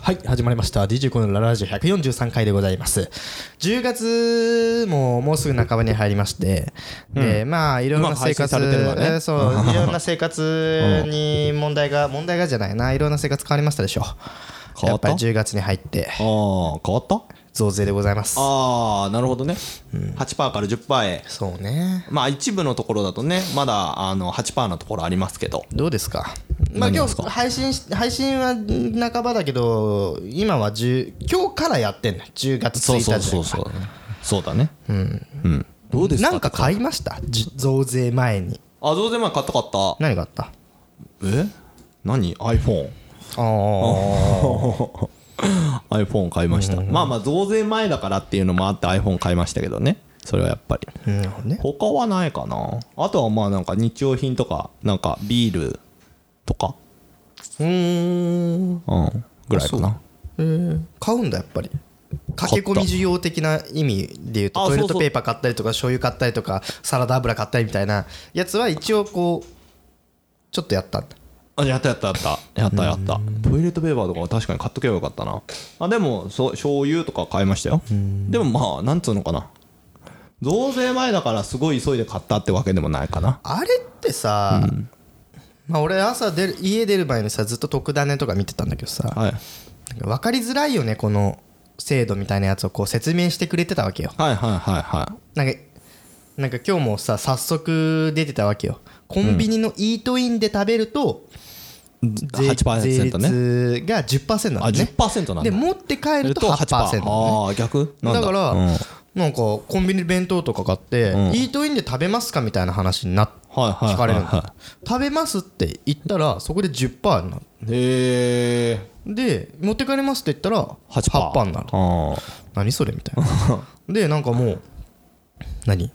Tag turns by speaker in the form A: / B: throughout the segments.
A: はい始まりました DJ コのララジオ143回でございます10月ももうすぐ半ばに入りまして、でまあいろんな
B: まあ
A: 生
B: 配信
A: 活、
B: されてるわね
A: えー そういろんな生活に問題が問題がじゃないないろんな生活変わりましたでしょ
B: 変
A: や
B: わ
A: っ
B: った
A: ぱり10月に入って
B: ああ変わった
A: 増税でございます
B: ああなるほどね、8%から10%へ
A: そうね
B: まあ一部のところだとねまだあの8%のところありますけど
A: どうですかまあ今日配信し配信は半ばだけど今は10今日からやってんの10月1日で
B: うそうだねうん、うん、どうですか
A: なんか買いましたじ増税前に
B: あ増税前買った買った
A: 何があった
B: え何 iPhone
A: ああ
B: iPhone 買いました、まあまあ増税前だからっていうのもあって iPhone 買いましたけどねそれはやっぱり
A: なるほどね
B: 他はないかなあとはまあなんか日用品とかなんかビールとか
A: うん
B: うんぐらいかな
A: 買うんだやっぱり駆け込み需要的な意味で言うと
B: あ
A: トイレッ
B: そうそ
A: ト
B: う
A: ペーパー買ったりとか醤油買ったりとかサラダ油買ったりみたいなやつは一応こうちょっとやったんだ
B: あやったやったやったやったやったトイレットペーパーとかは確かに買っとけばよかったなあでもそう醤油とか買いましたよでもまあなんつうのかな増税前だからすごい急いで買ったってわけでもないかな
A: あれってさ、まあ、俺朝出る家出る前にさずっと特ダネとか見てたんだけどさ
B: はい
A: 分かりづらいよねこの制度みたいなやつをこう説明してくれてたわけよ
B: はいはいはいは
A: なんかなんか今日もさ早速出てたわけよコンビニのイートインで食べると、
B: い
A: 税税
B: 8%ね
A: 率が10%な
B: あ
A: んだね
B: 10%なんだ
A: で持って帰ると8%なのね
B: ああ逆なん
A: だから、
B: うんはい
A: なんかコンビニ弁当とか買って、イートインで食べますかみたいな話になっ
B: はいはいはい
A: 聞かれるんだ、食べますって言ったらそこで10%になる
B: へえ
A: で持って帰りますって言ったら
B: 8%
A: 8%になる
B: あ
A: 何それみた いなでなんかもう何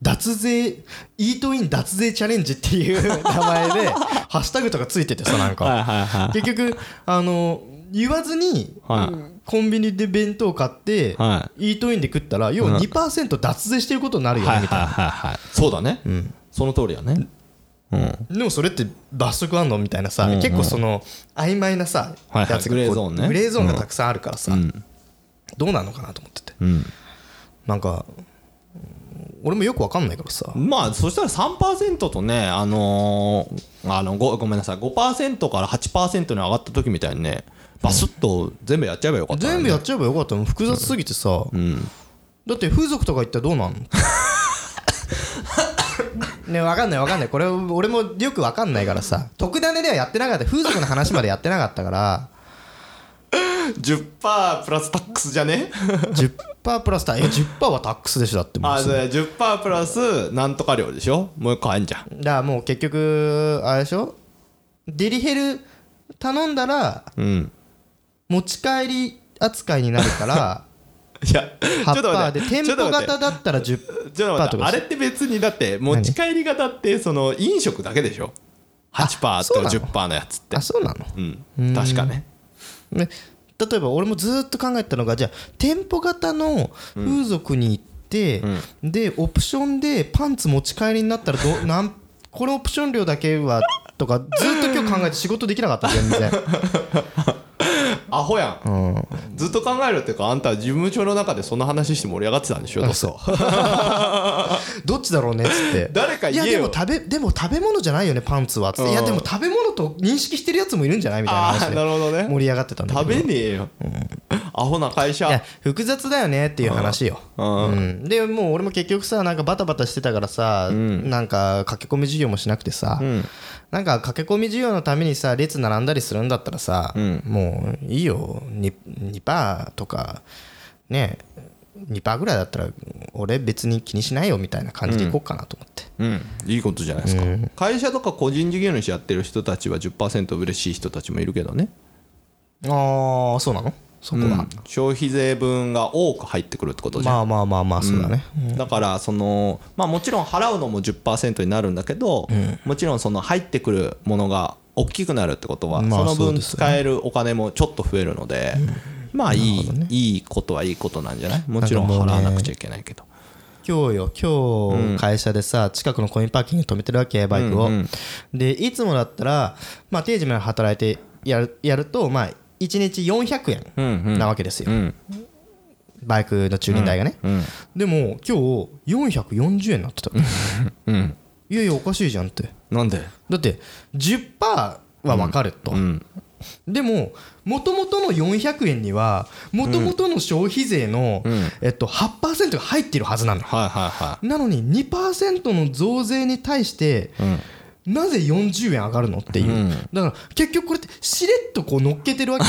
A: 脱税イートイン脱税チャレンジっていう名前 でハッシュタグとかついててさなん
B: あはい
A: か
B: はいはい
A: 結局あの言わずに
B: は
A: コンビニで弁当買って
B: は
A: イートインで食ったら要は2%脱税してることになるよ
B: はい
A: ね
B: はい
A: みたい
B: はいはいそうだねその通りだねうん
A: なでもそれって罰則あんのみたいなさ結構その曖昧なさ
B: はいはい
A: やつ
B: グレ
A: がこ
B: ーゾー
A: う
B: ンね
A: グレーゾーンがたくさんあるからさ
B: ん
A: どうなのかなと思ってて
B: うん
A: なんか俺もよくわかんないからさ
B: まあそしたら3%とね、あのーあのごごめんなさい5%から8%に上がった時みたいにねバスッと全部やっちゃえばよか った、ね、
A: 全部やっちゃえばよかったの複雑すぎてさ、だって風俗とか行ったらどう なんのね分かんない分かんないこれ俺もよく分かんないからさ特ダネではやってなかった風俗の話までやってなかったから
B: 10%プラスタックスじゃね
A: 10%プラスタえ10%はタックスでしょだってもう
B: あ
A: す
B: そ
A: ぐ
B: れ10%プラスなんとか量でしょもう一個あんじゃん
A: だからもう結局あれでしょデリヘル頼んだら
B: うん
A: 持ち帰り扱いになるから
B: いや ちょっ
A: 8%
B: と待
A: で
B: って
A: 店舗
B: ちょっと待って
A: 型だったら10%
B: ちょっと待って
A: パー
B: あ
A: ト
B: れって別にだって持ち帰り型ってその飲食だけでしょ8%
A: そう
B: と
A: なの
B: 10%のやつって
A: あそうなの
B: うん確かね
A: ね、例えば俺もずーっと考えてたのがじゃあ店舗型の風俗に行って、でオプションでパンツ持ち帰りになったら どなんこのオプション料だけはとかずーっと今日考えて仕事できなかった全然
B: アホやん、ずっと考えるっていうかあんた事務所の中でその話して盛り上がってたんでしょどうせ
A: どっちだろうねっつって
B: 誰か
A: い
B: 言
A: や
B: え
A: で
B: よ
A: も食べでも食べ物じゃないよねパンツはっつって、
B: うん
A: いやでも食べ物と認識してるやつもいるんじゃないみたいな
B: あ
A: 話
B: あ
A: で
B: なるほどね
A: 盛り上がってたんだけ
B: 食
A: ど
B: べねえよ、アホな会社
A: いや複雑だよねっていう話よ、
B: うん
A: うんでもう俺も結局さなんかバタバタしてたからさ、なんか駆け込み授業もしなくてさ、なんか駆け込み授業のためにさ列並んだりするんだったらさ、もういいよ 2, 2%とかね2%ぐらいだったら俺別に気にしないよみたいな感じでいこうかなと思って、
B: うんいいことじゃないですか、会社とか個人事業主やってる人たちは10%嬉しい人たちもいるけどね、
A: ああそうなのそこは、
B: うん消費税分が多く入ってくるってことじゃん
A: まあまあまあまあそうだね、
B: だからそのまあもちろん払うのも10%になるんだけど、もちろんその入ってくるものが大きくなるってことは、
A: まあ
B: その
A: そう
B: 分
A: ですよ
B: 使えるお金もちょっと増えるので、まあいい、いいことはいいことなんじゃないもちろん払わなくちゃいけないけど、
A: 今日よ今日会社でさ近くのコインパーキングに止めてるわけバイクを、でいつもだったらまあ定時まで働いてやるやるとまあ1日400
B: うんうん
A: 円なわけですよ、
B: うん
A: バイクの駐輪代がね、
B: うん
A: でも今日440円になってたい
B: うん
A: やいやおかしいじゃんって
B: なんで
A: だって10%は分かると、
B: うん
A: でももともとの400円にはもともとの消費税の、
B: ん
A: えっと、8%が入ってるはずなの
B: はいはいは
A: なのに2%の増税に対して
B: いうん
A: なぜ40円上がるのっていう、
B: うん
A: だから結局これってしれっとこう乗っけて るわけ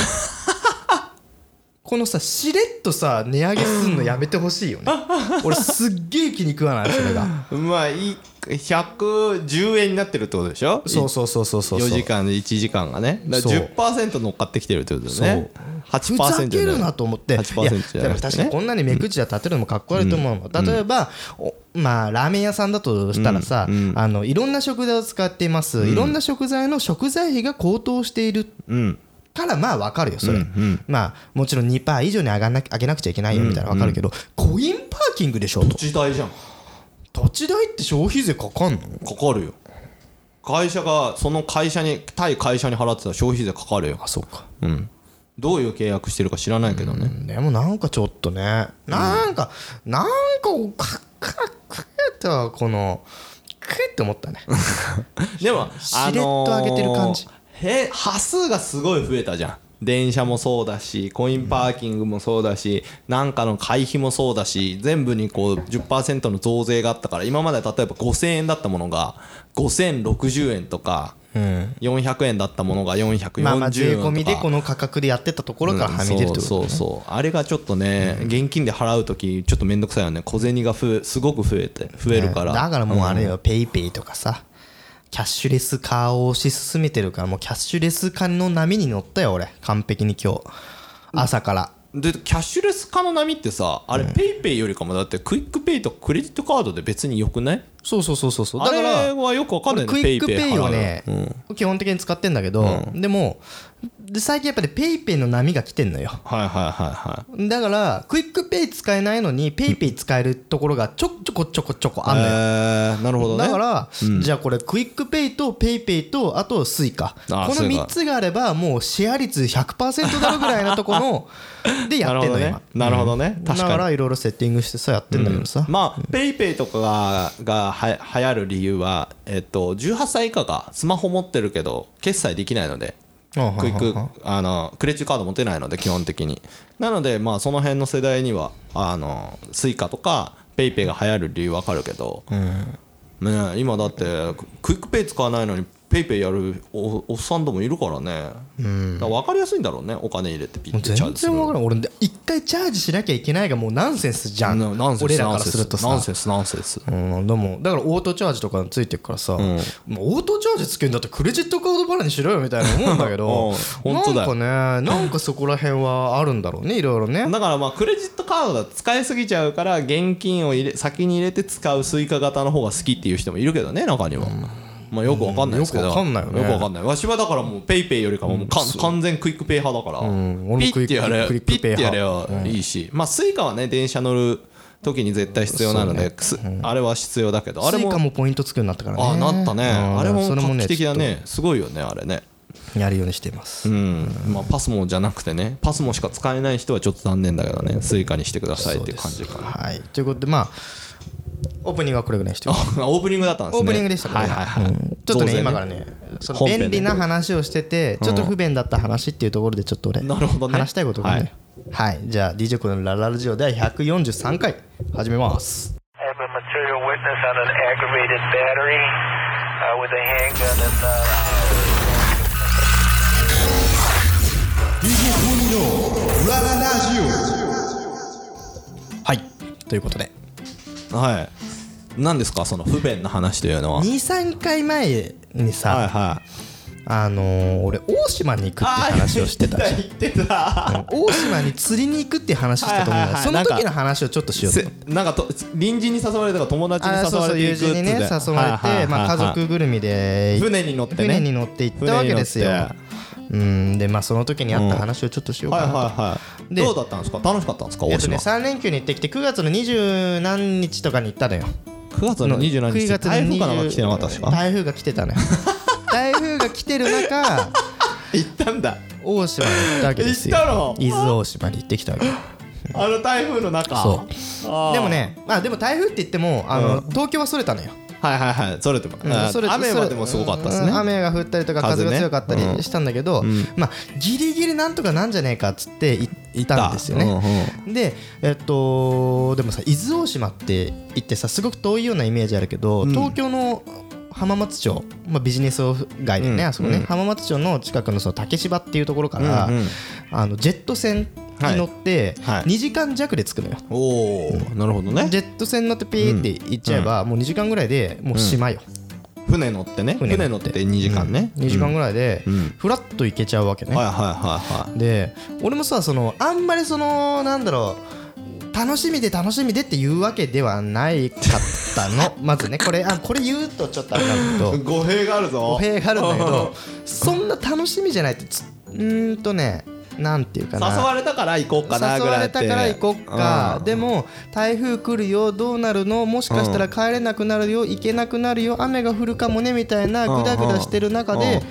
A: このさしれっとさ値上げすんのやめてほしい よね俺すっげえ気に食わないそれが
B: まあいい110円になってるってことでしょ
A: そうそうそうそうそう
B: 4時間で1時間がねだから10%乗っかってきてるってことだよね
A: ふざ
B: 8%
A: ける
B: じゃ
A: ないと思っていや
B: 8%じゃな
A: で
B: い
A: も確かにこんなに目口は立てるのもかっこ悪いと思うの、例えばおまあラーメン屋さんだとしたらさ、
B: うん
A: あのいろんな食材を使っています、いろんな食材の食材費が高騰している
B: うん
A: からまあわかるよそれ、
B: うんうん
A: まあもちろん2%以上に上がんな上げなくちゃいけないよみたいなわかるけど、コインパーキングでしょと
B: 時代じゃんか
A: 土地代って消費税かかんの
B: かるよ会社がその会社に対会社に払ってた消費税かかるよ
A: あそうか
B: うんどういう契約してるか知らないけどね
A: でもなんかちょっとねなんか、なんかおかかくえとはこのくえって思ったね
B: でも
A: しれっと上げてる感じ
B: あのーへ端数がすごい増えたじゃん電車もそうだしコインパーキングもそうだしなんかの会費もそうだし全部にこう10%の増税があったから今までは例えば5000円だったものが5060円とか
A: うん
B: 400円だったものが440円とか、
A: まあまあ税込みでこの価格でやってたところからはみ出るってこと、
B: うんそうそうそうあれがちょっとね、現金で払う時ちょっと面倒くさいよね小銭がふすごく増えて増えるから、
A: ねだからもうあれよ、ペイペイとかさキャッシュレス化を推し進めてるからもうキャッシュレス化の波に乗ったよ俺完璧に今日朝から、
B: でキャッシュレス化の波ってさあれペイペイよりかもだってクイックペイとかクレジットカードで別によくない
A: そうそうそうそうそう
B: あ
A: だか
B: れ
A: ら
B: はよくわかんない
A: 俺
B: ね
A: クイックペイをね
B: 払うのうん
A: 基本的に使ってんだけど、でもで最近やっぱりペイペイの波が来てんのよ
B: はいはいはいはい
A: だからクイックペイ使えないのにペイペイ使えるところがちょちょこちょこちょこあんのよ、
B: えーなるほどね
A: だから、じゃあこれクイックペイとペイペイとあとスイカこ
B: あ
A: の
B: Suica
A: 3つがあればもうシェア率100%だろぐらいのとこのでや
B: なる
A: って
B: ほ
A: ん
B: ど
A: の
B: ね
A: 今
B: なるほどね
A: だ
B: 確
A: か
B: からに
A: いろいろセッティングしてさやってんだけどさ
B: まあペイペイとかががは流行る理由はえっと18歳以下がスマホ持ってるけど決済できないのでクイックあのクレジットカード持てないので基本的になのでまあその辺の世代にはあのスイカとかペイペイが流行る理由わかるけど、ねえ、今だってクイックペイ使わないのにペイペイやるおおっさんどもいるからね、だから分かりやすいんだろうねお金入れてピッ
A: もう
B: てチャ
A: 全
B: ージする
A: 然わからん俺一回チャージしなきゃいけないがもうナンセンスじゃん
B: なナンセン
A: 俺
B: ス
A: ら
B: ナ
A: か
B: ン
A: ら
B: セン
A: す
B: ス
A: ると
B: ナ
A: さ
B: ンセンスナンセンス
A: うん、でもだからオートチャージとかついてるからさ、
B: ん
A: もうオートチャージつけんだってクレジットカード払いにしろよみたいな思うんだけど
B: うん本当だよ
A: なんかねなんかそこら辺はあるんだろうねいろいろね
B: だからまあクレジットカードだと使いすぎちゃうから現金を入れ先に入れて使うスイカ型の方が好きっていう人もいるけどね中には、まあよくわかんないですけど、
A: うんよくわかんないよね
B: くわかんないわしはだからもうペイペイよりかももうか完全クイックペイ派だから、
A: ん俺も
B: ピ
A: クイック
B: ッてやれ
A: クイックペ
B: ピ
A: イ
B: ッて
A: 派
B: やればいいし、まあスイカはね電車乗る時に絶対必要なので、すあれは必要だけどあ
A: ス
B: れ
A: イ
B: も
A: カもポイントつくようになったからね
B: ああなったね
A: うん
B: あれも
A: そ
B: 画期
A: ね
B: 的だ
A: ち
B: ねすごいよねあれね
A: ょっとやるようにしています、
B: うんまあ、パスモじゃなくてねパスモしか使えない人はちょっと残念だけどねスイカにしてくださいっていう感じかな
A: はいということでまあオープニングはこれぐらいにしてます
B: あオープニングだったんで
A: オ
B: すね
A: ープニングでした
B: はいはいはい、
A: うんちょっと
B: 当然
A: ね今からねその
B: 本編で
A: 便利な話をしててちょっと不便だった話っていうところでちょっと俺
B: なるほどね
A: 話したいことがあるんだよはいじゃあ DJ コのラララジオでは143回始めます
C: I have a material witness on an aggravated battery uh, with a handgun and. Uh
D: DJ
A: はいということで
B: はい何ですかその不便な話というのははい
A: 23回前にさ
B: はい
A: あのー俺大島に行くって
B: あー
A: 話をしてたじゃん
B: 言って た
A: 大島に釣りに行くって話したと思う
B: はいはい
A: よ
B: はい
A: その
B: なん
A: 時
B: か
A: の話をちょっとしようと
B: せなんかと隣人に誘われたか友達に
A: あー
B: 誘
A: そう
B: わ
A: そ
B: れ
A: う友
B: ていくっつ
A: 人
B: って
A: にね誘
B: はい
A: わ
B: はいはい
A: れてまあ家
B: はい
A: 族ぐるみで行っ
B: 船に乗ってね
A: 船に乗って行ったわけですよ
B: 船に乗っ
A: うんでまあその時にあった話をちょっとしよう
B: はい
A: か
B: はい
A: な
B: はい
A: で
B: どうだったんですか楽しかったんですか
A: え
B: 大
A: っとね
B: 島、
A: 3連休に行ってきて9月の二十何日とかに行ったのよ
B: 9月の27日
A: 9月の
B: 台風
A: 20
B: かなんか来てなかったですか
A: 台風が来てたのよ台風が来てる中
B: 行ったんだ
A: 大島に行ったわけですよ
B: 行ったの
A: 伊豆大島に行ってきたわけ
B: あの台風の中
A: そう
B: あー
A: でもねまあでも台風って言ってもあの、東京はそれたのよ、
B: はいはいはいそれても、
A: うん
B: あー
A: それ
B: 雨
A: そ
B: は
A: れ
B: でもすごかったですね、
A: うん雨が降ったりとか風
B: 風ね
A: が強かったりしたんだけど、まあギリギリなんとかなんじゃねえかっつって行ったんですよね、でえっとでもさ伊豆大島って行ってさすごく遠いようなイメージあるけど、東京の浜松町、まあ、ビジネス街でね、あそこね、浜松町の近くのその竹芝っていうところから、
B: うんうん
A: あのジェット船に乗って
B: はいはい
A: 2時間弱で着くのよ、
B: おおなるほどね
A: ジェット船乗ってピーって行っちゃえば、もう2時間ぐらいでもう島よ、
B: 船乗ってね船乗って2時間ね、
A: 2時間ぐらいで
B: うん
A: フラッと行けちゃうわけね、
B: はいはいはいはい
A: で俺もさそのあんまりそのなんだろう楽しみで楽しみでっていうわけではないかった のまずねこれあこれ言うとちょっとあれなんだけど
B: 語弊があるぞ
A: 語弊があるんだけ どそんな楽しみじゃないってつうーんとねなんていうか
B: 誘
A: な
B: われたから行こうかな
A: 誘
B: ぐ
A: わ
B: らい
A: れ
B: って
A: たから行こっか
B: うん
A: でも台風来るよどうなるのもしかしたら帰れなくなるよ行けなくなるよ雨が降るかもねみたいな
B: うん
A: グダグダしてる中
B: う
A: で
B: ん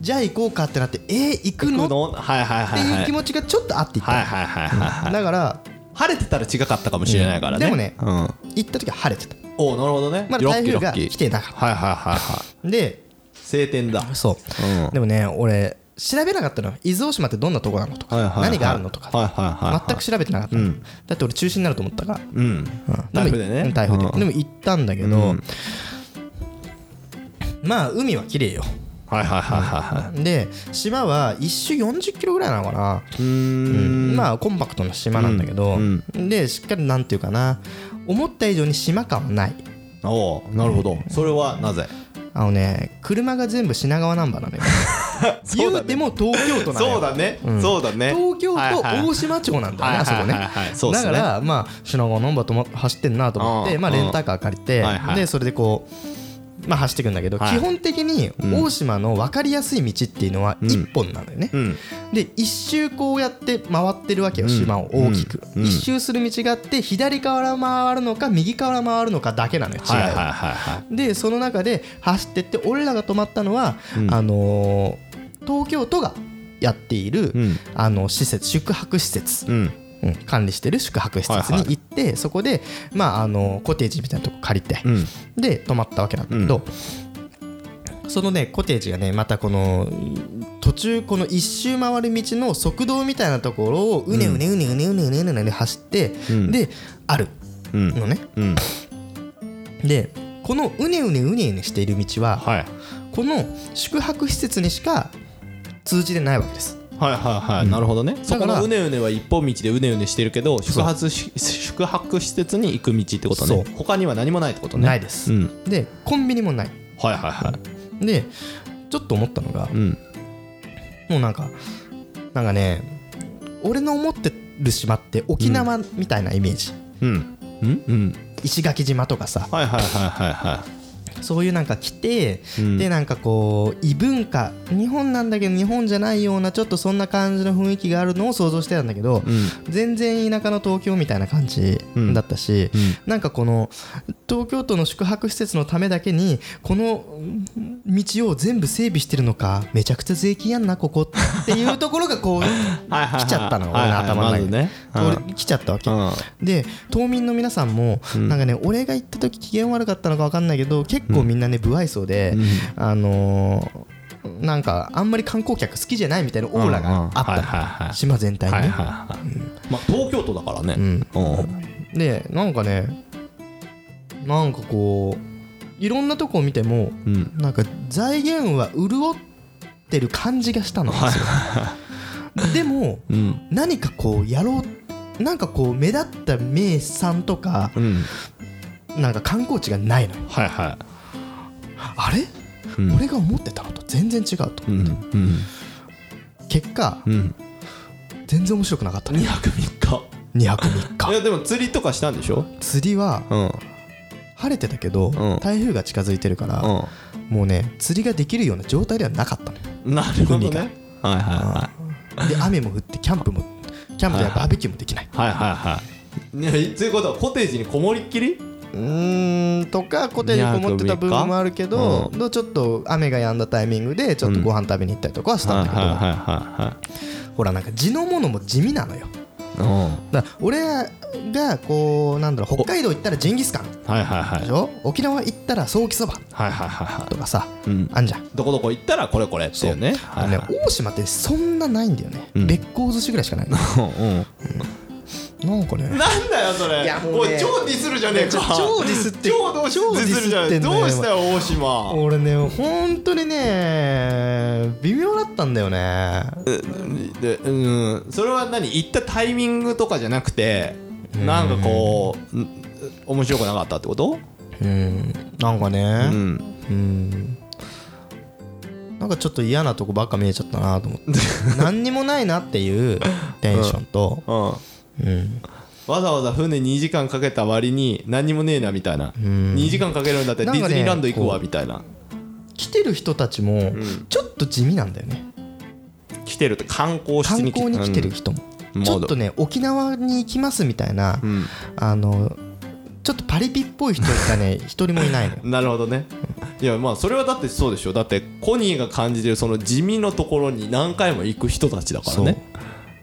A: じゃあ行こうかってなってえー行くの
B: 行
A: っ
B: くのはいはい
A: て
B: はいはい
A: いう気持ちがちょっとあって行った
B: は
A: の
B: いはいはいはいはい
A: だから
B: 晴れてたら違かったかもしれないからね
A: でもね
B: うん
A: 行った時は晴れてた
B: おおなるほどね
A: まだ
B: ロッ
A: 台
B: キー
A: 風が
B: ロッキー
A: 来てなかっ
B: はいはいはいはい
A: たで
B: 晴天だ
A: そううでもね俺調べなかったのよ伊豆大島ってどんなとこなのと
B: はいはい
A: か
B: はい
A: 何があるのと
B: はい
A: か
B: はいはいはい
A: 全く調べてなかったのだって俺中止になると思ったから
B: うん台風で
A: う
B: ね
A: ん台風で
B: うん
A: でも行ったんだけ
B: う
A: ど
B: ん
A: まあ海は綺麗よ
B: はいはいはいはいはい
A: で島は1周40キロぐらいなのかな
B: うーん
A: まあコンパクトな島なんだけど
B: うん
A: でしっかりなんていうかな思った以上に島感はない
B: おおなるほどそれはなぜ
A: あのね車が全部品川ナンバーなのよ
B: そうだね
A: 言うても東京都なのよ
B: そうだねそうだね
A: 東京と
B: はいはい
A: 大島町なんだよね、
B: はい
A: あそ
B: はい
A: こ
B: はいはいはい
A: ね。
B: そうっす
A: だ
B: ね
A: から、まあ、品川ナンバーとも走ってんなと思っ
B: う
A: て、
B: ん
A: まあ、
B: うん
A: レンタカー借りて
B: はいは、い
A: で、それでこう、まあ、走っていくんだけど、
B: はい
A: 基本的に大島の分かりやすい道っていうのは1本なんだよね
B: う。ん
A: で、一周こうやって回ってるわけよ、島を大きく。
B: うん
A: 一周する道があって、左から回るのか、右から回るのかだけなのよ、違。
B: はいはいはいうはい
A: で、その中で走ってって、俺らが止まったのは、あのー、東京都がやっている、
B: うん
A: あの施設宿泊施設、
B: うん
A: うん管理してる宿泊施設
B: はい
A: に
B: はい
A: 行って、そこで、まあ、あのコテージみたいなとこ借りて、
B: うん
A: で泊まったわけなんだけど、そのねコテージがねまたこの途中この一周回る道の側道みたいなところをうねうねうねうねうねうねうねうね走って、
B: うん
A: である
B: うん
A: のね
B: うん
A: でこのうねうねうねうねしている道は、
B: はい
A: この宿泊施設にしか通じてないわけです
B: はいはいはい、なるほどねそこ
A: だか
B: の
A: ら
B: うねうねは一本道でうねうねしてるけど宿泊し宿泊施設に行く道ってことね
A: そ
B: 他には何もないってことね
A: ないです
B: うん、
A: でコンビニもない
B: はいはいは
A: でちょっと思ったのが
B: い、うん、
A: もうなんかなんかね俺の思ってる島って沖縄みたいなイメージ、
B: うんうんうん
A: 石垣島とかさ
B: はいはいはいはいは
A: そういうなんか来て、
B: うん
A: でなんかこう異文化日本なんだけど日本じゃないようなちょっとそんな感じの雰囲気があるのを想像してたんだけど、
B: いうん
A: 全然田舎の東京みたいな感じだったし、
B: うん
A: なんかこの東京都の宿泊施設のためだけにこのうん道を全部整備してるのかめちゃくちゃ税金やんなここっていうところがこ う
B: はいはいはい
A: 来ちゃったの
B: は
A: 俺
B: い
A: の
B: はい
A: 頭の中に、
B: まずね
A: 通り来ちゃったわけ、
B: うん
A: で島民の皆さんも、なんかね俺が行った時機嫌悪かったのか分かんないけど結構みんなね不愛想で、あのーなんかあんまり観光客好きじゃないみたいなオーラがあったの、
B: うんうんはいはいはい
A: 島全体にね、
B: はいはいはいまあ東京都だからね
A: ん
B: うん
A: でなんかねなんかこういろんなとこを見ても
B: うん
A: なんか財源は潤ってる感じがしたのですよでも
B: うん
A: 何かこうやろうなんかこう目立った名産とか
B: うん
A: なんか観光地がないのよ
B: はいは
A: あれ、
B: いうん
A: 俺が思ってたのと全然違うと
B: うんうん
A: 結果
B: うん
A: 全然面白くなかった
B: 2
A: ね
B: 泊3
A: 2泊3
B: 日い
A: 日
B: やでも釣りとかしたんでしょ
A: 釣りは
B: うんうん
A: 晴れてたけど
B: ん
A: 台風が近づいてるからもうね釣りができるような状態ではなかったのよ
B: なるほど
A: 海が
B: ねはいはいはい
A: で雨も降ってキャンプもキャンプではバーベキューもできない
B: はいはいはい。ね、ということはコテージにこもりっきり
A: うーんとかコテにこもってた部分もあるけど、
B: う
A: でちょっと雨が止んだタイミングでちょっとご飯食べに行ったりとかはした
B: は
A: ん
B: い
A: だけど、
B: は
A: ほらなんか地のものも地味なのよ
B: いはいはい
A: だから俺がこうなんだろう北海道行ったらジンギスカン
B: うんはいはいはい
A: でしょ沖縄行ったらソーキそば
B: はいはいはいは
A: とかさ、
B: うん
A: あんじゃん
B: いどこどこ行ったらこれこれっていうね
A: あのね大島ってそんなないんだよね、
B: うん
A: 別行寿司ぐらいしかないなんかね
B: なんだよそれ
A: いやもう
B: お
A: ね
B: い超ディスるじゃねえか
A: 超ディスって
B: 超どう
A: 超ディスってんだよ
B: ディスるじゃねえどうしたよ大島
A: 俺ね本当にね微妙だったんだよね
B: でうんそれは何行ったタイミングとかじゃなくてなんかこううん面白くなかったってこと
A: うんなんか
B: う
A: ね
B: ん
A: うんなんかちょっと嫌なとこばっか見えちゃったなと 思って何にもないなっていうテンションと、
B: うんわ
A: うん
B: ざわざ船2時間かけた割に何もねえなみたいな
A: うん
B: 2時間かけるんだった
A: な
B: らデ
A: ん
B: ィ
A: かね
B: ズニーランド行く
A: こ
B: わ
A: う
B: みたいな
A: 来てる人たちも
B: ん
A: ちょっと地味なんだよね
B: 来てるって観光し
A: 観
B: に
A: 光に来てる人も、
B: うん
A: ちょっとね沖縄に行きますみたいな、
B: うん
A: あのちょっとパリピっぽい人が ね一人もいないのよ
B: なるほどねいやまあそれはだってそうでしょだってコニーが感じてるその地味のところに何回も行く人たちだからね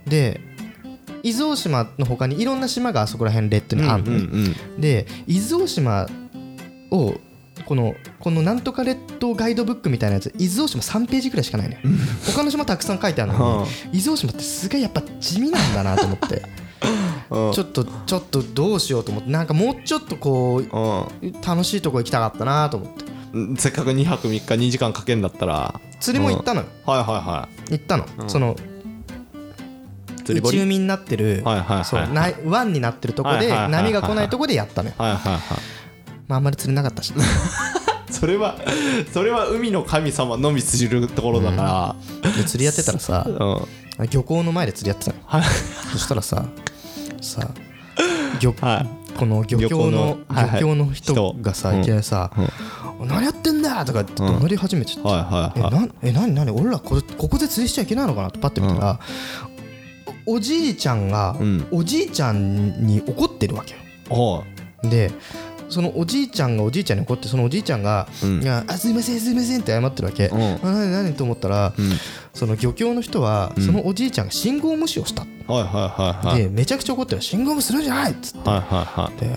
A: で伊豆大島の他にいろんな島があそこら辺列島
B: う
A: に
B: んう
A: あ
B: ん
A: るのね、
B: うん
A: で伊豆大島をこのこのなんとか列島ガイドブックみたいなやつ伊豆大島3ページくらいしかないのよ他の島たくさん書いてあるのに伊豆大島ってすげえやっぱ地味なんだなと思って
B: うん
A: ちょっとちょっとどうしようと思ってなんかもうちょっとこう楽しいとこ行きたかったなと思って
B: うんせっかく2泊3日2時間かけんだったら
A: 釣りも行ったのよ
B: うんはいは
A: 行ったの、その
B: いはい釣
A: 内
B: り堀
A: 海になってる、
B: はいはいはいはい
A: そうない湾になってるとこ
B: はい
A: で
B: はいはいはい
A: 波が来ないとこでやったのよ、
B: はいはいは
A: まあ、あんまり釣れなか ったし
B: いそれはそれは海の神様のみ知るところだか
A: で釣りやってたらさ
B: らうん
A: 漁港の前で釣りやってたの
B: はい
A: そしたらさ、さ、漁
B: はい
A: この漁協の
B: 漁港のはいはい
A: 漁協の人がさ、
B: 人
A: いきなりさ、何やってんだとかって怒鳴り始めちゃって、
B: はい
A: え、
B: はいはい
A: なえ、何何俺らこれここで釣りしちゃいけないのかなってパッて見たら、おおじいちゃんが、
B: うん
A: おじいちゃんに怒ってるわけよ。
B: おう
A: でそのおじいちゃんがおじいちゃんに怒ってそのおじいちゃんが「
B: うん
A: いやあすいませんすいません」って謝ってるわけ「
B: うん
A: あ何何?」と思ったら、
B: ん
A: その漁協の人は、そのおじいちゃんが信号無視をした
B: はいはいはいはい
A: でめちゃくちゃ怒ってる信号無視するんじゃないっつっ
B: はいはいはい
A: て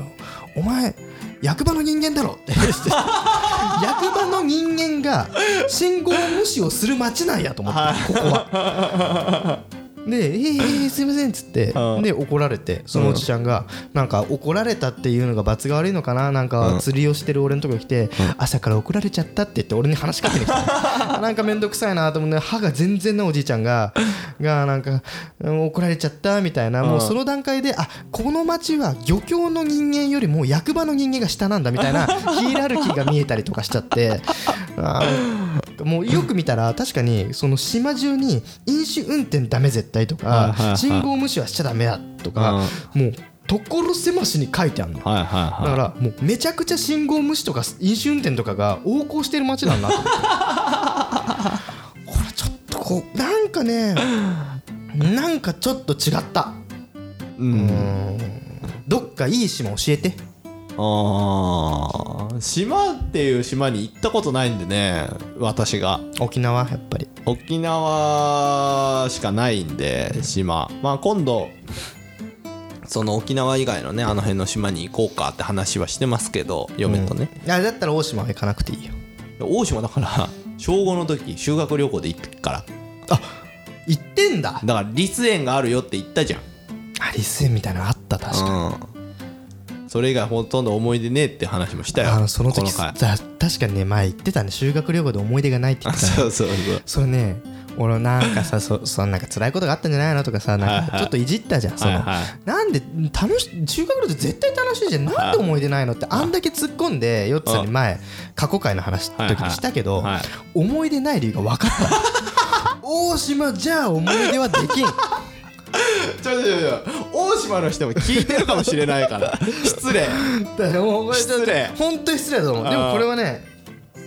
A: お前役場の人間だろって 役場の人間が信号無視をする町なんやと思ってここは。で「えーえーすいません」っつって
B: うん
A: で怒られてそのおじちゃんがなんか怒られたっていうのが罰が悪いのかななんか釣りをしてる俺のとこに来て朝から怒られちゃったって言って俺に話しかけてきたなんか面倒くさいなと思って歯が全然ないおじいちゃんががなんかうん怒られちゃったみたいなもうその段階であこの町は漁協の人間よりも役場の人間が下なんだみたいなヒエラルキーが見えたりとかしちゃってあーもうよく見たら確かにその島中に飲酒運転ダメ絶対と
B: はいはいは
A: か
B: い
A: 信号無視はしちゃダメだとかもう所狭しに書いてあるの。
B: はいはい
A: だ
B: は
A: か
B: い
A: らもうめちゃくちゃ信号無視とか飲酒運転とかが横行してる街なんだ なと思ってこれちょっとこうなんかねなんかちょっと違った
B: うん
A: どっかいい島教えて
B: あー島っていう島に行ったことないんでね私が
A: 沖縄やっぱり
B: 沖縄しかないんで島まあ今度その沖縄以外のねあの辺の島に行こうかって話はしてますけど嫁とね、
A: いやだったら大島は行かなくていいよ
B: 大島だから小5の時修学旅行で行ってっから
A: 行ってんだ
B: だから立園があるよって言ったじゃん
A: アリス園みたいなのあった確か
B: うんそれ以外ほとんど思い出ねえって話もした
A: にあ
B: よ
A: のその時
B: こ回
A: さ確かにね前言ってたね修学旅行で思い出がないって言ってたね
B: そうそうそう
A: それね俺なんかさそ そんなんか辛いことがあったんじゃないのとかさなん
B: はいは
A: か
B: い
A: ちょっといじったじゃんその、
B: はいはい
A: なんで楽し中学で絶対楽しいじゃんなんで思い出ないのってあんだけ突っ込んでヨッツさんに前過去回の話の時にしたけど
B: はいはい
A: 思い出ない理由が分かった 大島じゃあ思い出はで きん
B: ちょちょちょちょ大島の人も聞いてるかもしれないから失 礼
A: だからもうこれ
B: 失礼
A: 本当に失礼だと思うでもこれはね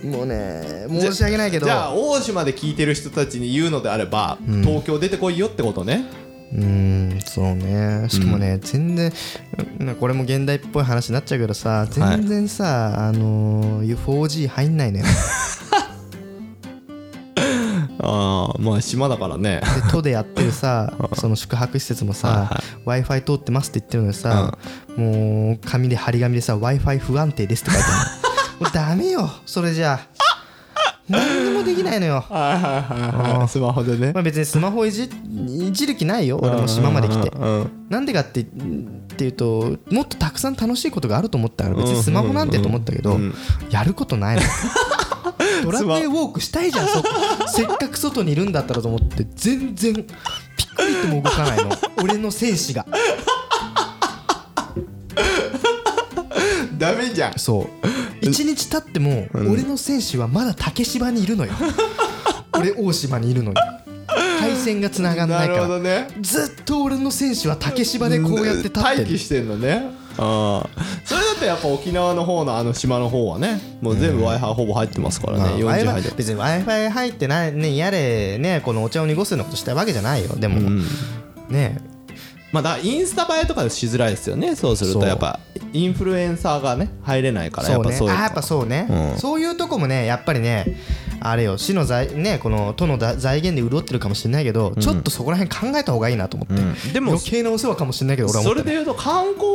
A: もうね申し訳ないけど
B: じゃあ大島で聞いてる人たちに言うのであれば、東京出てこいよってことね
A: うーんそうねしかもね、全然うんこれも現代っぽい話になっちゃうけどさ
B: はい
A: 全然さ、あのー 4G 入んないのよ
B: ああまあ島だからね
A: で都でやってるさその宿泊施設もさ w i f i 通ってますって言ってるのにさ、もう紙で張り紙でさ w i f i 不安定ですって書いてあるのもうダメよそれじゃあ何にもできないのよ
B: はいはいはいはいスマホでね
A: まあ、別にスマホいじいじる気ないよ俺も島まで来て
B: うんうん
A: なんでかってっていうともっとたくさん楽しいことがあると思ったから別にスマホなんてと思ったけどやること ないのドラクエウォークしたいじゃんそせっかく外にいるんだったらと思って全然ピックリとも動かないの俺の戦士が
B: ダメじゃん
A: そう一日経っても俺の戦士はまだ竹芝にいるのよ俺大島にいる のに対戦がつながんな
B: ない
A: か
B: る
A: ら
B: ほどね
A: ずっと俺の選手は竹芝でこうやって立って
B: 待
A: る
B: 機してんのねああそれだとやっぱ沖縄の方のあの島の方はねもう全部 w i f i ほぼ入ってますからね
A: まあ
B: 40入っ
A: Wi-Fi
B: て
A: 別に w i f i 入ってないねやれねこのお茶を濁すようなことしたいわけじゃないよでも、ね
B: まあだからインスタ映えとかしづらいですよねそうすると
A: そう
B: やっぱインフルエンサーがね入れないからや
A: そ
B: っ
A: う
B: ぱ
A: ね
B: そういう
A: あやっぱそうね、
B: うん
A: そういうとこもねやっぱりねあれよ市の財ねこの都の財財源で潤ってるかもしれないけど、ちょっとそこら辺考えた方がいいなと思って、
B: うんでも
A: 余計なお世話かもしれないけど俺は思
B: そ
A: って
B: れ
A: る
B: でいうと観光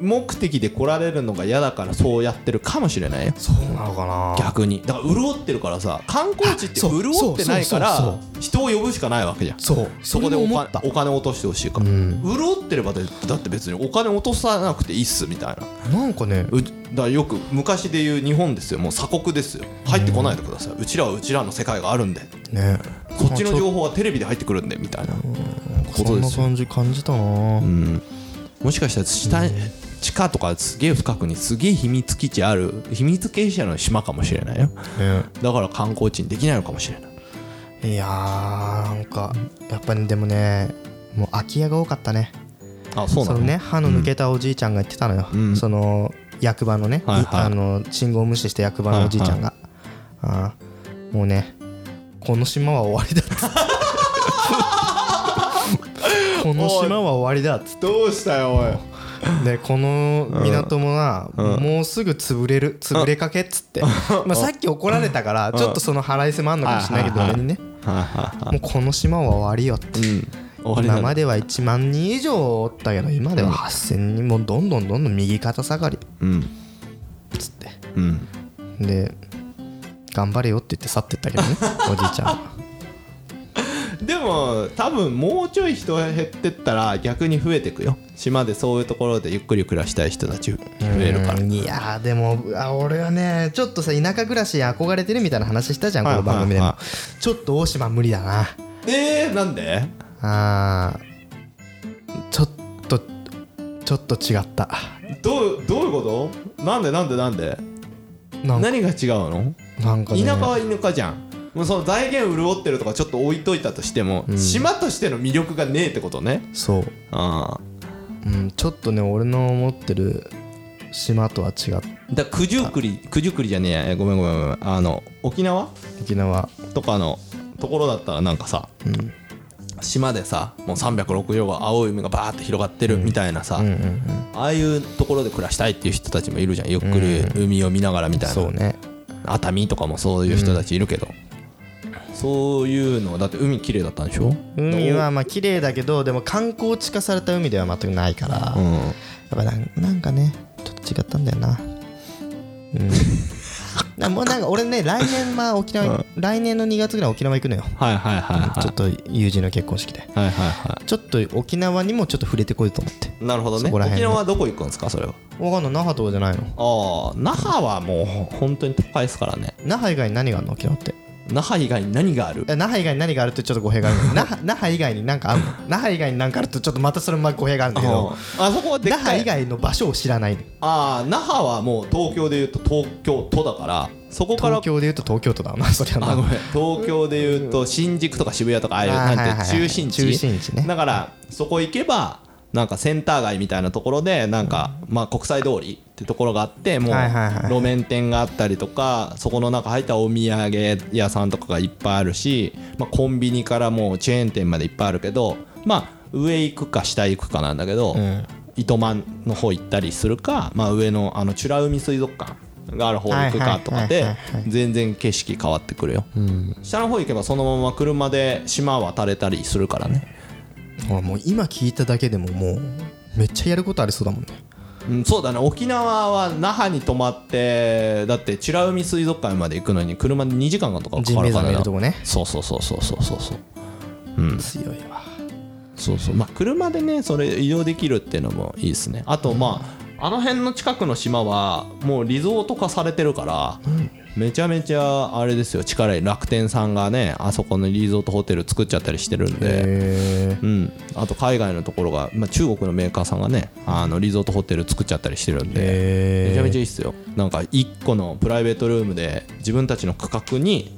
B: 目的で来られるのが嫌だからそうやってるかもしれないよ
A: そうなのかな
B: 逆にだから潤ってるからさ観光地って
A: あそう
B: 潤ってない
A: そう
B: か
A: そう
B: ら
A: そ
B: 人を呼ぶしかないわけじゃん
A: そう
B: そこ
A: れ
B: でお
A: も思
B: 金
A: った
B: お金落としてほしいから、潤ってればだだって別にお金落とさなくていいっすみたいな
A: なんかね
B: うだからよく昔で言う日本ですよもう鎖国ですよ入ってこないでください、うちらはうちらの世界があるんで
A: ね
B: こっちの情報はテレビで入ってくるんでみたいなこ
A: そ
B: と
A: ん
B: で
A: な
B: すよ、
A: 感じ感じたな、
B: うん、もしかしたら下、地下とかすげえ深くにすげえ秘密基地ある秘密結社の島かもしれないよ
A: ね
B: だから観光地にできないのかもしれない
A: いやーなんかやっぱりでもねもう空き家が多かったね
B: あそうな
A: そ
B: の
A: のね歯の抜けたおじいちゃんが言ってたのよ、
B: うん
A: その役場のね、
B: はいはい
A: いあの信号無視して役場のおじいちゃんが、あーもうねこの島は終わりだっつって この島は終わりだっつっ
B: どうしたよ おい
A: てでこの港もな、もうすぐ潰れる潰れかけっつって、まあ、さっき怒られたからちょっとその腹いせもあんのかもしれないけど
B: はい
A: 俺
B: はい
A: にね
B: はいはいは
A: もうこの島は終わりよって
B: いうん終わ
A: 今
B: りなんだ
A: までは1万人以上おったけど今では8000人もうどんどんどんどん右肩下がり
B: うん
A: つって
B: うん
A: で頑張れよって言って去ってったけどね おじいちゃんは
B: でも多分もうちょい人減ってったら逆に増えてくよ島でそういうところでゆっくり暮らしたい人たち増えるから
A: うんいやーでもあ俺はねちょっとさ田舎暮らし憧れてるみたいな話したじゃんこ
B: はい
A: の番組でも
B: は
A: ちょっと大島無理だな
B: えー、なんで
A: あーちょっとちょっと違った
B: どうどういうことなんでなんでなんで
A: なんか
B: 何が違うの
A: なんか
B: 田
A: ね
B: 舎は田舎じゃんもうその財源潤ってるとかちょっと置いといたとしても、島としての魅力がねえってことね
A: そう
B: ああ
A: うん、ちょっとね俺の思ってる島とは違う
B: だから九十九里九十九里じゃねえやごめんごめんごめんあの沖縄
A: 沖縄
B: とかのところだったらなんかさ、島でさもう360度青い海がバーって広がってるみたいなさ、ああいうところで暮らしたいっていう人たちもいるじゃんゆっくり海を見ながらみたいな、
A: そうね
B: 熱海とかもそういう人たちいるけど、そういうのだって海綺麗だったんでしょ
A: 海はまあ綺麗だけどでも観光地化された海では全くないからや
B: う
A: っ
B: ん
A: ぱなんなんかねちょっと違ったんだよなうん なもうなんか俺ね来年まあ沖縄来年の2月ぐらい沖縄行くのよ
B: はいはいはいはい
A: ちょっと友人の結婚式で
B: はいはいは
A: ちょっと沖縄にもちょっと触れてこようと思って
B: いなるほどね
A: そこら
B: 沖
A: 辺の
B: 縄はどこ行くんですかそれは
A: わかんない那覇とかじゃないの
B: ああ那覇はもう本当に都会ですからね
A: 那覇以外に何があるの沖縄って
B: 那覇以外に何がある
A: え那覇以外に何があるってちょっと語弊があるの那覇那覇以外に何かあるの那覇以外に何かあるとちょっとまたそれも語弊があるんだけど
B: ああそこはでっ
A: 那
B: か
A: 覇
B: い
A: 以外の場所を知らない
B: ああ那覇はもう東京でいうと東京都だからそこから
A: 東京でいうと東京都だわなそりゃ
B: あ
A: な
B: ごめん東京でいうと新宿とか渋谷とかああいう
A: あー
B: なんて
A: はいいは
B: う
A: いはい
B: 中心地
A: 中心地ね
B: だからそこ行けばなんかセンター街みたいなところでなんかまあ国際通りってところがあってもう
A: はいはいはい
B: 路面店があったりとかそこの中入ったらお土産屋さんとかがいっぱいあるしまあコンビニからもうチェーン店までいっぱいあるけどまあ上行くか下行くかなんだけど、糸満の方行ったりするか、まあ、上のあの美ら海水族館がある方行くかとか
A: はいは
B: で
A: いはいはい
B: 全然景色変わってくるよ、下の方行けばそのまま車で島渡れたりするからね、
A: ほらもう今聞いただけでももうめっちゃやることありそうだもんね
B: うん、そうだね沖縄は那覇に泊まってだって美ら海水族館まで行くのに車で2時間とかか
A: ジン
B: か
A: ベ
B: る
A: エザ
B: から
A: メい
B: な
A: るとこね
B: そうそうそうそうそうそうそう
A: 強いわ
B: そうそうまあ車でねそれ移動できるっていうのもいいですねあとまあ、あの辺の近くの島はもうリゾート化されてるから、めちゃめちゃあれですよ力入れ楽天さんがねあそこのリゾートホテル作っちゃったりしてるんで
A: へ
B: うん、あと海外のところが、まあ、中国のメーカーさんがねあのリゾートホテル作っちゃったりしてるんで、
A: え
B: めちゃめちゃいいっすよなんか1個のプライベートルームで自分たちの区画に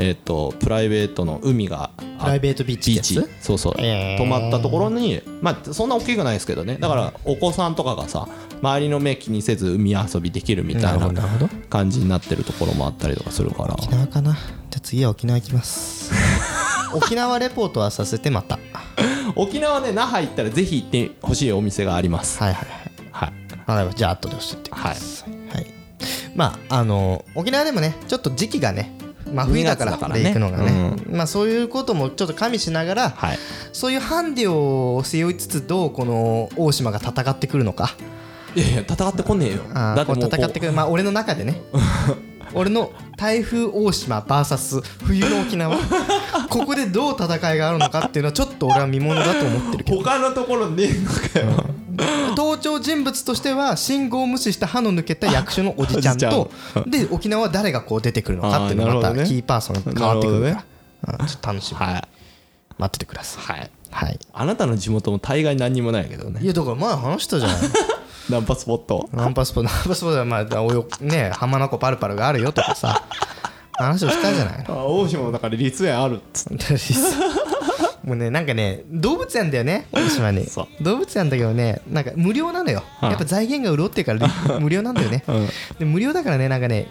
B: えっ、とプライベートの海が
A: プライベ
B: ー
A: ー
B: ト
A: トビーチ
B: ビー
A: って
B: チ
A: やつ
B: そうそう、
A: へー
B: 泊まったところにまあそんな大きくないですけどねだからお子さんとかがさ周りの目気にせず海遊びできるみたいな
A: なるほどなるほ
B: 感じになってるところもあったりとかす るから
A: 沖縄かなじゃあ次は沖縄行きます 沖縄レポートはさせてまたは
B: 沖縄ね那覇行ったらぜひ行ってほしいお店があります
A: いはいはい
B: はい
A: わかりましたじゃあ後で教えてくだ
B: はい
A: さいはいまああの沖縄でもねちょっと時期がね真冬だか
B: 二月だからら
A: で
B: ね
A: 行くのがねまあそういうこともちょっと加味しながら、
B: はい
A: そういうハンディを背負いつつどうこの大島が戦ってくるのか
B: いやいや戦ってこねえよ
A: あ
B: だ
A: ー
B: って
A: こ
B: も
A: う
B: うこう
A: 戦ってくるまあ俺の中で ね俺の台風大島 VS 冬の沖縄ここでどう戦いがあるのかっていうのはちょっと俺は見ものだと思ってるけど
B: 他のところねえのかよ
A: 登場人物としては信号を無視した歯の抜けた役所の おじちゃんと
B: お
A: で沖縄は誰がこう出てくるのかっていうの
B: あ
A: が
B: ーなるほ
A: ま
B: どね
A: たキーパーソンが変わってくる
B: な
A: か
B: る
A: らうんちょっと楽しみ
B: はい
A: 待っててください
B: はい
A: はい
B: あなたの地元も大概何にもないけど
A: い
B: ね
A: やだから前話したじ ゃない
B: ナンパスポット
A: ナンパスポナンパスポではまあおよね浜名湖パルパルがあるよとかさ話をしたじゃない
B: あ大島の中で立園あるっつって
A: 本当ですもうねなんかね動物園だよね大島に
B: そ
A: 動物園だけどねなんか無料なのよ、
B: うん
A: やっぱ財源が潤ってるから ね無料なんだよね、で無料だからねなんかね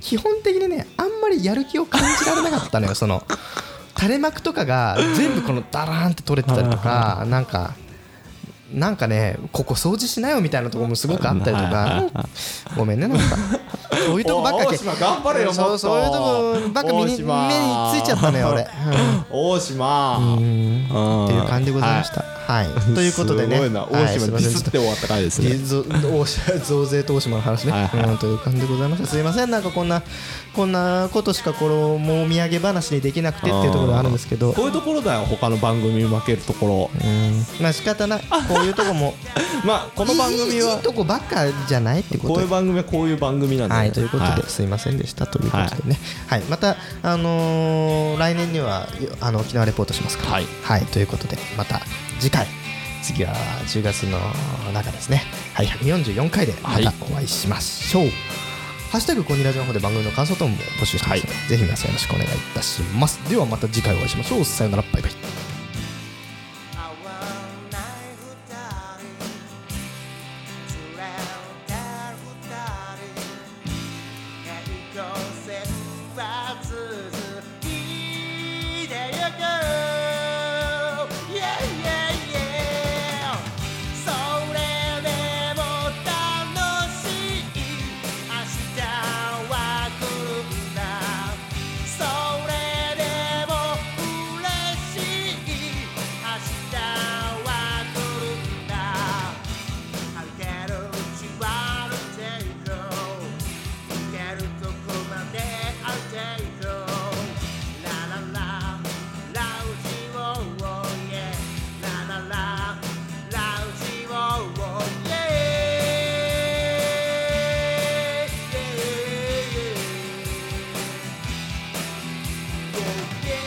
A: 基本的にねあんまりやる気を感じられなかったのよその垂れ幕とかが全部このダラーンって取れてたりとかなんかなんかねここ掃除しなよみたいなところもすごくあったりとかうんごめんねなんかそういうとこばっか
B: おい大島頑張れよもっと
A: そうそういうとこばっか目に目に
B: 大
A: つ
B: 島
A: いちゃったのよ俺、うん
B: 大島
A: っ
B: って
A: いう感じでございました。はい、ということでね、
B: すごいな
A: はい
B: 大島
A: すい
B: デ
A: ま
B: ィ
A: せん
B: スって終わった回ですね
A: ぞ大島増税と大島の話ね、
B: はいはい
A: うんという感じでございましたすいませんなんかこんなこんなことしかこのもみあげ話にできなくてっていうところがあるんですけど
B: こういうところだよ他の番組に負けるとこ
A: う
B: ろ
A: んまあ仕方ないこういうとこも
B: まあこの番組
A: いい
B: はい
A: とこばっかじゃないってこ
B: ことう
A: で
B: いう番組はこういう番組なんで
A: はい、ということで、
B: はい
A: すいませんでしたということでね、はいまた、あのー来年にはよあの沖縄レポートしますから、
B: はい
A: ということでまた次回次は10月の中ですね、はい、144回でま
B: はい
A: たお会いしましょう。ハッシュタグコニラジの方で番組の感想等も募集してますので、ぜひ皆さんよろしくお願いいたします。ではまた次回お会いしましょう。さよなら、バイバイ。
D: 合わない二人連れて二人平行線は続いてゆく Yeah, yeah, yeah それでも楽しい明日は来るんだそれでも嬉しい明日は来るんだ歩けるうちは歩いていこう行けるとこまで歩いていこうララララウジオーイエララララウジオーイエイエイエイ Yeah, yeah.